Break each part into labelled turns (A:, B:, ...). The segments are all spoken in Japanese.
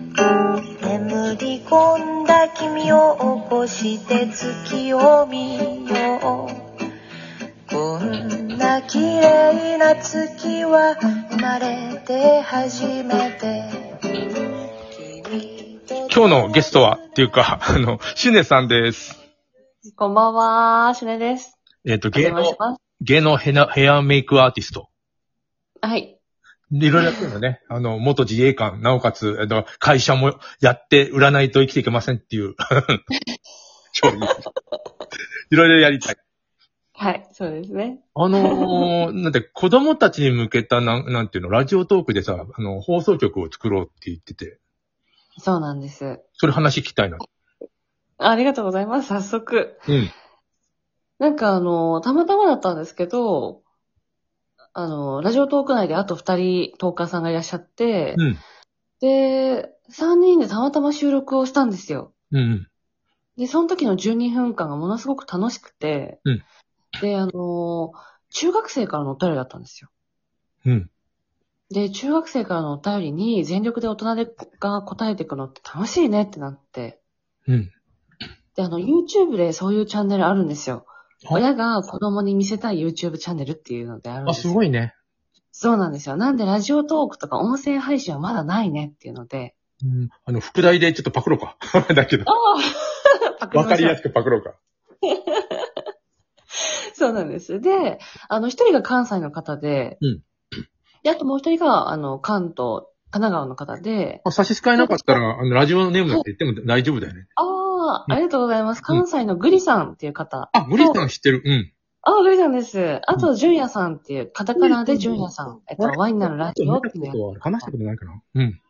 A: 眠り込んだ君を起こして月を見ようこんな綺麗な月は生まれて初めて君と
B: 今日のゲストは、っていうか、 あの、シュネさんです。
C: こんばんは、しねです。
B: えっ、と、
C: お
B: 芸
C: 邪魔し
B: 能、
C: ます。
B: 芸能ヘナヘアメイクアーティスト。
C: はい。
B: いろいろやってるの ね。あの、元自衛官、なおかつ、えっと、会社もやって、売らないと生きていけませんって いう。超いいいろいろやりたい。
C: はい、そうですね。
B: あのー、なんて、子供たちに向けた、なん、なんていうの、ラジオトークでさ、あの、放送局を作ろうって言ってて、
C: そうなんです。
B: それ話聞きたいな。
C: ありがとうございます。早速。
B: うん。
C: なんかあの、たまたまだったんですけど、あの、ラジオトーク内であと二人トーカーさんがいらっしゃって、
B: うん。
C: で、三人でたまたま収録をしたんですよ。
B: うん。
C: で、その時の12分間がものすごく楽しくて、
B: うん
C: で、あの、中学生からのお便りだったんですよ。
B: うん。
C: で、中学生からのお便りに全力で大人でが答えていくのって楽しいねってなって。
B: うん。
C: で、あの、YouTube でそういうチャンネルあるんですよ。
B: あ
C: 親が子供に見せたい YouTube チャンネルっていうのであるん
B: あ、
C: です
B: す
C: よ。
B: ごいね。
C: そうなんですよ。なんでラジオトークとか音声配信はまだないねっていうので。
B: うん。あの、副題でちょっとパクろうか。 だけど、
C: ああ
B: わかりや
C: す
B: すくパクろうか。
C: い。 そうなんです。で、あの、一人が関西の方で、
B: うん
C: で、あともう一人が、あの、関東、神奈川の方で、
B: まあ差し支えなかったら、あの、ラジオネームだって言っても大丈夫だよね。
C: あ
B: うん
C: あ、ありがとうございます。関西のグリさんっていう方。
B: あ、グリーさん知ってる。うん。
C: あ、グリさんです。あと、ジュンヤさんっていう、カタカナでジュンヤさん。えっと、
B: あれ
C: ワインなるラジオっていうのをやって
B: 話したことないかな。うん。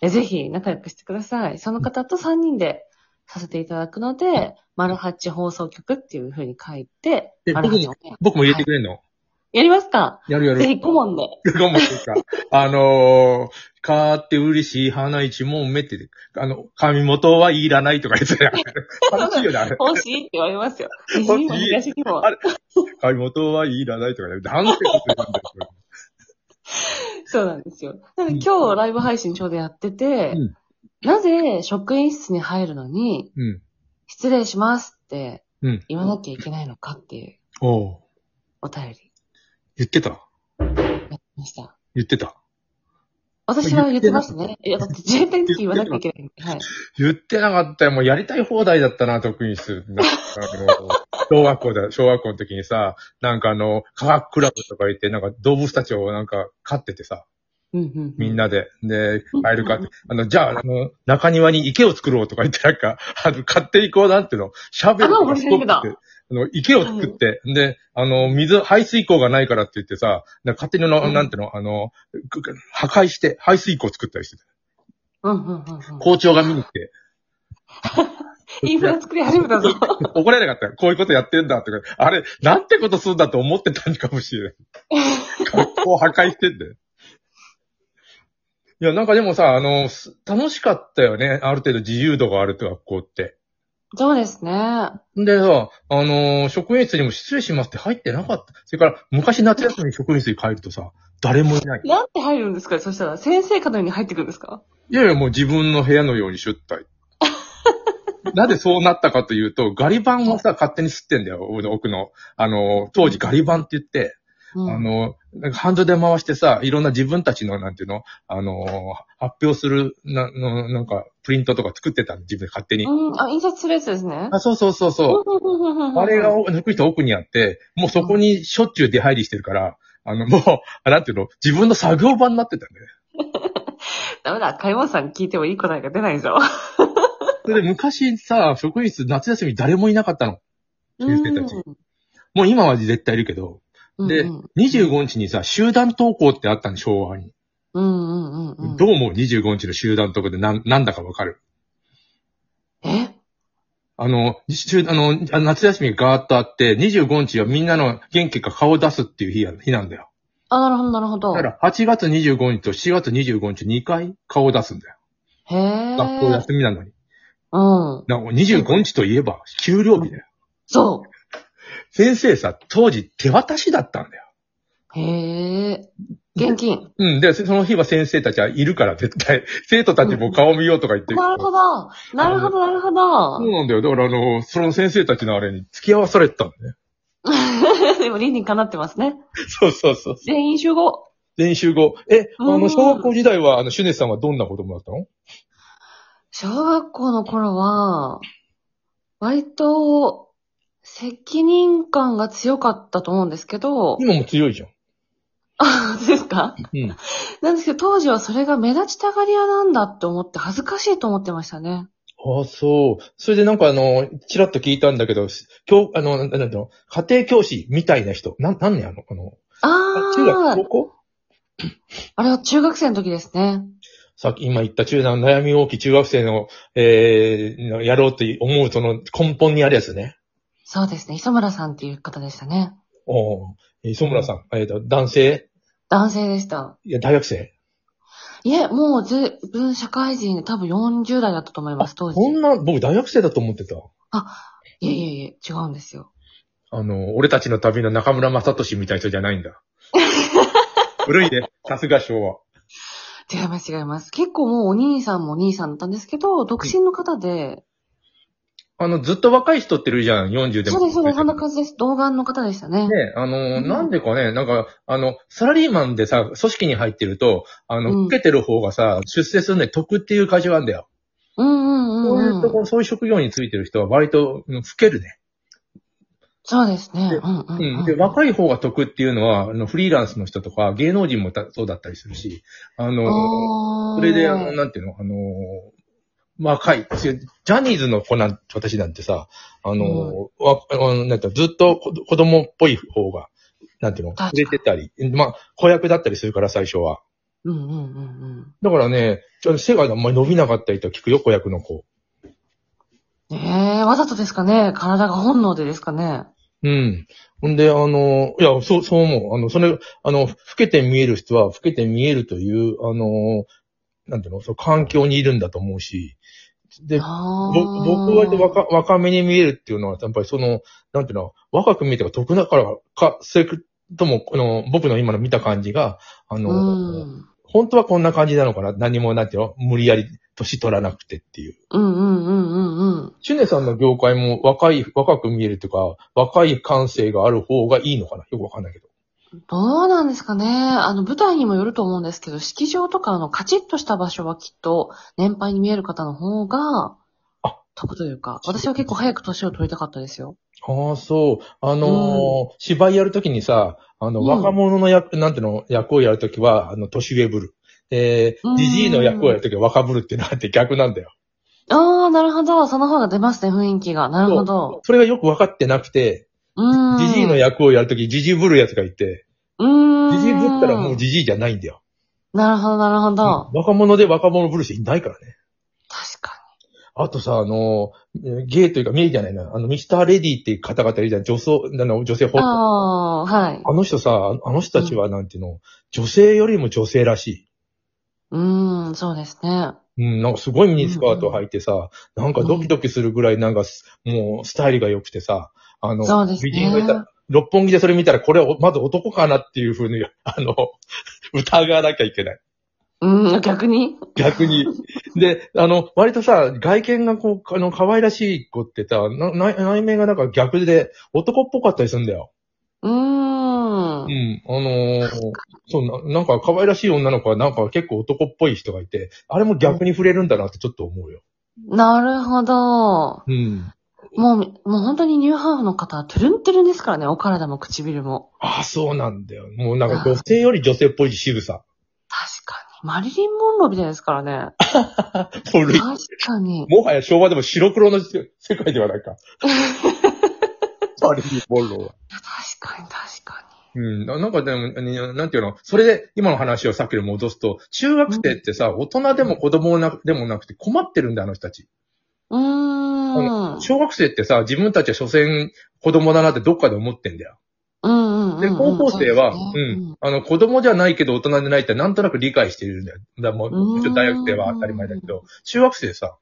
C: えぜひ、仲良くしてください。その方と3人でさせていただくので、マルハッチ放送局っていう風に書いて、
B: え
C: マルハッチ
B: 僕
C: をね
B: 僕も入れてくれんの。
C: やりますか
B: やるやる。
C: ぜひ、顧問で。
B: かもっていう か、あのー、買って嬉しい花一問目って、あの、髪元はいらないとか言ってたや ん楽しいよね、あれ。
C: 欲しいって言われますよ。 西
B: 欲しい
C: 日本、東日本
B: あ。髪元はいらないとかね。なんてことなんだよ、こ
C: そうなんですよ。なので今日、ライブ配信ちょうどやってて
B: うん、
C: なぜ職員室に入るのに、
B: れうん。
C: 失礼しますって
B: うん
C: 言わなきゃいけないのかっていう
B: おう
C: お便り。
B: 言ってた。
C: やってました。
B: 言ってた。
C: 私は言ってますね。いや、だって自衛隊って言わなきゃいけないんで。はい。
B: 言ってなかったよ。もうやりたい放題だったな、特にす。なんかあ の小学校だ、小学校の時にさ、なんかあの、科学クラブとか行って、なんか動物たちをなんか飼っててさ、
C: うんうん。
B: みんなで、で
C: う、ん
B: 会えるかって。あの、じゃあ、あの、中庭に池を作ろうとか言って、なんか、 あの、勝手にこう、なんていうの、シャベルとかスコップ
C: あ
B: っ
C: 面白い
B: て、あの、池を作って、で、あの、水、排水溝がないからって言ってさ、なんか勝手にの、
C: うん
B: なんていうの、あの、くく破壊して、排水溝を作ったりしてた。
C: うんうんうんうん。
B: 校長が見に来て、
C: インフラ作り始めたぞ。
B: 怒られなかった。こういうことやってんだって。あれ、なんてことするんだと思ってたんかもしれない。学校破壊してんだよ。いや、なんかでもさ、あの、す楽しかったよね。ある程度自由度があるって学校って。
C: そうですね。
B: でさ、あの、職員室にも失礼しますって入ってなかった。それから、昔夏休みに職員室に帰るとさ、誰もいない。
C: なんて入るんですかそしたら、先生かのように入ってくるんですか
B: いやいや、もう自分の部屋のように出退。なぜそうなったかというと、ガリ版をさ、勝手に吸ってんだよ、奥の。あの、当時ガリ版って言って、
C: う
B: あ
C: ん。
B: の、なんかハンドで回してさ、いろんな自分たちの、なんていうの、あのー、発表する、な、の、なんか、プリントとか作ってたの、自分で勝手に。
C: うん。あ、印刷するやつですね。
B: あ、そうそうそうそう。あ
C: あ
B: れが、抜く人奥にあって、もうそこにしょっちゅう出入りしてるから、あの、もう、あなんていうの、自分の作業場になってたね。
C: ダメだ、海馬さん聞いてもいい答えが出ないぞ。
B: それで昔さ、職員室夏休み誰もいなかったの。先生たちもう今は絶対いるけど、
C: うん
B: で
C: うん
B: 25日にさ、集団登校ってあったの、昭和に。
C: うんうんうんうん。
B: どう思う ?25 日の集団登校でなん、なんだかわかる
C: え
B: あの、週あの、あ夏休みがガーッとあって、25日はみんなの元気か顔を出すっていう日や、日なんだよ。
C: あ、なるほど、なるほ
B: だ
C: ど。
B: から、8月25日と7月25日2回顔を出すんだよ。
C: へえ。
B: 学校休みなのに。
C: うん。
B: な25日といえば、給料日だよ。
C: そう。
B: 先生さ、当時手渡しだったんだよ。
C: へえ。現金。
B: うん。で、その日は先生たちはいるから、絶対。 生徒たちも顔見ようとか言って。
C: なるほ
B: そ
C: ど。なるほど、なるほど
B: う。なんだよ。だから、あの、その先生たちのあれに付き合わされてたんだね。
C: でも、理にかなってますね。
B: そうそうそう。
C: 全員集合。
B: 練習後。え、あ
C: う
B: の、
C: ん
B: 小学校時代は、あの、シュネさんはどんな子供だったの
C: 小学校の頃は、割と、責任感が強かったと思うんですけど、
B: 今も強いじゃん。
C: あ、そうですか
B: うん。
C: なんですけど、当時はそれが目立ちたがり屋なんだって思って、恥ずかしいと思ってましたね。
B: ああ、そう。それでなんかあの、ちらっと聞いたんだけど、教、あの、なんだろう、家庭教師みたいな人。なん、何年あの、あの、あ中
C: あ
B: 学、
C: あ、
B: 高校
C: あれは中学生の時ですね。
B: さっき今言った中断、悩み大きい中学生の、えー、のやろうって思う、その根本にあるやつね。
C: そうですね。磯村さんっていう方でしたね。
B: おお磯村さん、えっ、と、男性
C: 男性でした。
B: いや、大学生
C: いえ、もうずいぶん社会人で多分40代だったと思います、当時。
B: こんな、僕大学生だと思ってた。
C: いえいえいえ、違うんですよ。
B: あの、俺たちの旅の中村正俊みたいな人じゃないん だ。古いね。さすが昭和。
C: 違います、違います。結構もうお兄さんもお兄さんだったんですけど、独身の方で、
B: あの、ずっと若い人っているじゃん、40でも。
C: そうです、そうです、そんな感じです。童顔の方でしたね。
B: ね、あの、
C: うん
B: なんでかね、なんか、あの、サラリーマンでさ、組織に入ってると、あの、
C: うん
B: 受けてる方がさ、出世するのに得っていう会社があるんだよ。
C: うんうん、
B: そういううんとこ
C: うん。
B: ろ、そういう職業についてる人は割と、うん老けるね。
C: そうですね。
B: で
C: うんうん、うん
B: うん。で、若い方が得っていうのは、あの、フリーランスの人とか、芸能人もたそうだったりするし、あの、
C: あー
B: それで、あの、なんていうの、あの、若い。ジャニーズの子なん、私なんてさ、あの、わあのなんていうのずっと子子供っぽい方が、なんていうの、
C: 確かに
B: 出てたり、まあ、子役だったりするから、最初は。
C: うんうんうんうん。
B: だからね、ちょ背があんまり伸びなかったりと聞くよ、子役の子。
C: ねえ、わざとですかね体が本能でですかね
B: うん。ほんで、あの、いや、そう、そう思う。あの、それ、あの、老けて見える人は、老けて見えるという、あの、なんていうの、そう、環境にいるんだと思うし、で、ぼ
C: あー
B: 僕は若、若めに見えるっていうのは、やっぱりその、なんていうの、若く見えてが得だからか、それとも、この、僕の今の見た感じが、あの、
C: うん。
B: 本当はこんな感じなのかな。何も、なんていうの、無理やり、年取らなくてっていう。
C: うんうんうんうんうん。
B: シュネさんの業界も若い、若く見えるというか、若い感性がある方がいいのかなよくわかんないけど。
C: どうなんですかねあの、舞台にもよると思うんですけど、式場とかあの、カチッとした場所はきっと、年配に見える方の方が
B: あ、
C: 得というか、私は結構早く年を取りたかったですよ。
B: ああ、そう。あのー芝居やるときにさ、あの、
C: うん
B: 若者の役、なんていうの、役をやるときは、あの、年上ぶる。え
C: う
B: ー、
C: ん
B: じじいの役をやるときは若ぶるってなって逆なんだよ。
C: ああ、なるほど。その方が出ますね、雰囲気が。なるほど。
B: それがよくわかってなくて、
C: うん。
B: じじいの役をやるとき、じじいぶるやつがいて、
C: うん。
B: じじいぶったらもうじじいじゃないんだよ。
C: なるほど、なるほど。
B: 若者で若者ぶる人いないからね。
C: 確か
B: あとさ、あの、えーゲイというか、ゲイじゃないな。あの、ミスターレディっていう方々いるじゃん。女装、あの、女性ホ
C: に。
B: ット。
C: ああー、はい。
B: あの人さ、あの人たちはなんていうの、女性よりも女性らし
C: うん、そうですね。
B: い。うん、なんかすごいミニスカート履いてさ、なんかドキドキするぐらいなんかす、もうスタイルが良くてさ、あの、
C: そうですね
B: 美人がいたら、六本木でそれ見たら、これはおまず男かなっていうふうに、 あの、疑わなきゃいけない。
C: うん、逆に
B: 逆 に。で、あの、割とさ、外見がこう、あの、可愛らしい子ってさ、な内内面がなんか逆で男っぽかったりするんだよ。
C: うー。
B: うんん。あのーそうな、なんか可愛らしい女の子はなんか結構男っぽい人がいて、あれも逆に触れるんだなってちょっと思うよ。
C: なるほど。
B: うん。
C: もう、もう本当にニューハーフの方はトゥルントゥルンですからね、お体も唇も。
B: ああ、そうなんだよ。もうなんか女性より女性っぽい仕草。
C: 確かに。マリリン・モンローみたいですからね。
B: 古い。
C: 確かに。
B: もはや昭和でも白黒の世界では ないか。パリー・ボローは。
C: 確かに、確か
B: うん、ななんかでも、ななんていうの、それで今の話をさっきに戻すと、中学生ってさ、大人でも子供なでもなくて困ってるんだよ、あの人たち。
C: に。うーん。
B: 小学生ってさ、自分たちは所詮子供だなってどっかで思ってんだよ。
C: うんうんうんうん。
B: で、高校生は、う
C: そ
B: ん
C: う、ですね
B: あの、子供じゃないけど大人でないってなんとなく理解してるんだよ。だからも
C: う
B: う、
C: ん
B: ちょっと大学生は当たり前だけど、中学生さ、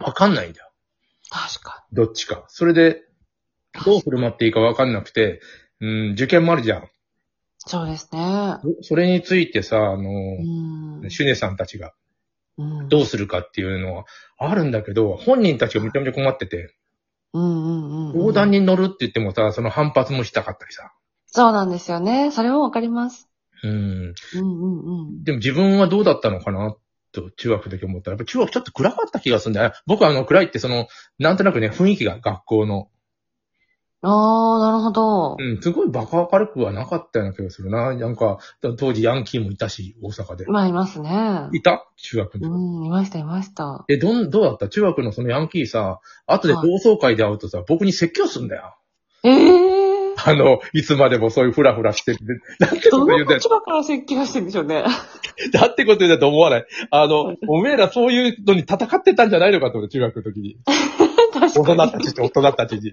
B: わかんないんだよ。
C: 確か
B: どっちか。それで、どう振る舞っていいかわかんなくて、うん、受験もあるじゃん。
C: に。そうですね。
B: それについてさ、あ
C: う
B: の、
C: ん。
B: シュネさんたちが
C: うん
B: どうするかっていうのはあるんだけど、本人たちがめちゃめちゃ困ってて、
C: うんうんうん。
B: 横断に乗るって言ってもさ、その反発もしたかったりさ。
C: そうなんですよね。それもわかります。
B: うん。
C: うんうんうん。
B: でも自分はどうだったのかなと、中学の時思ったら、やっぱ中学ちょっと暗かった気がするんだよね。僕はあの暗いってその、なんとなくね、雰囲気が学校の。
C: ああ、なるほど。
B: うん、すごいバカ明るくはなかったような気がするな。なんか、当時ヤンキーもいたし、大阪で。
C: まあ、いますね。
B: いた中学の時。
C: うん、いました、いました。
B: え、どん、どうだった中学のそのヤンキーさ、後で同窓会で会うとさ、僕に説教すんだよ。
C: ええ
B: あの、いつまでもそういうフラフラしてて、なんて
C: ー、
B: こと
C: ど
B: 言うん
C: の
B: だよ。
C: 立場から説教してるんでしょうね。
B: なんてこと言うんだと思わない。あの、おめえらそういうのに戦ってたんじゃないのかと思って、中学の時に。大
C: 確か
B: 人
C: に。
B: たちと大人たちに。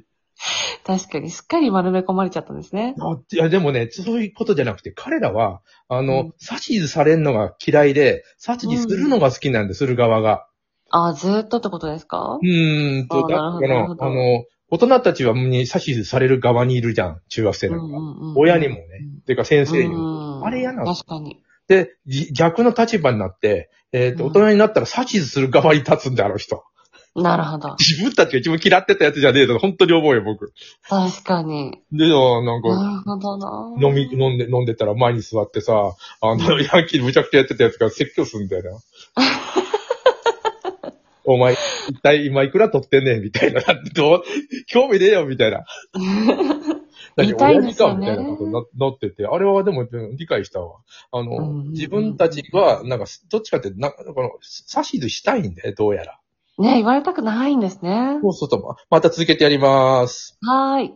C: 確かに、すっかり丸め込まれちゃったんですね。
B: あいや、でもね、そういうことじゃなくて、彼らは、あの、
C: うん
B: 指図されるのが嫌いで、指図するのが好きなんで、する側が。
C: ああ、ずーっとってことですか
B: うーんと、だ
C: あー
B: か
C: な
B: ら、
C: る
B: あ
C: ほど
B: の、大人たちはに指図される側にいるじゃん、中学生
C: う
B: なんん
C: う
B: か。
C: んうん。
B: 親にもね、ていうか先生にも。
C: うん。
B: あれ嫌なの
C: 確かに。
B: で、じ逆の立場になって、えっ、と、
C: う
B: 大
C: ん
B: 人になったら指図する側に立つんだ、あの人。
C: なるほど。
B: 自分たちが一番嫌ってたやつじゃねえと、本当に思うよ、僕。
C: 確かに。
B: で、なんか、
C: なるほどな。
B: 飲み、飲んで、飲んでたら前に座ってさ、あの、ヤンキーむちゃくちゃやってたやつが説教すんだよな。 お前、一体今いくら取ってんねんみたいな。だってどう、興味ねえよみたい な。何
C: 痛い
B: 親
C: で
B: 父
C: すよ
B: か
C: ね
B: みたいなことにななってて、あれはでもうん理解したわ。あの、
C: うんうんうん
B: 自分たちは、なんか、どっちかって、なんか、この、指図したいんだよ、どうやら。
C: ね、言われたくないんですね。
B: そうそうそう。また続けてやります。
C: はーい。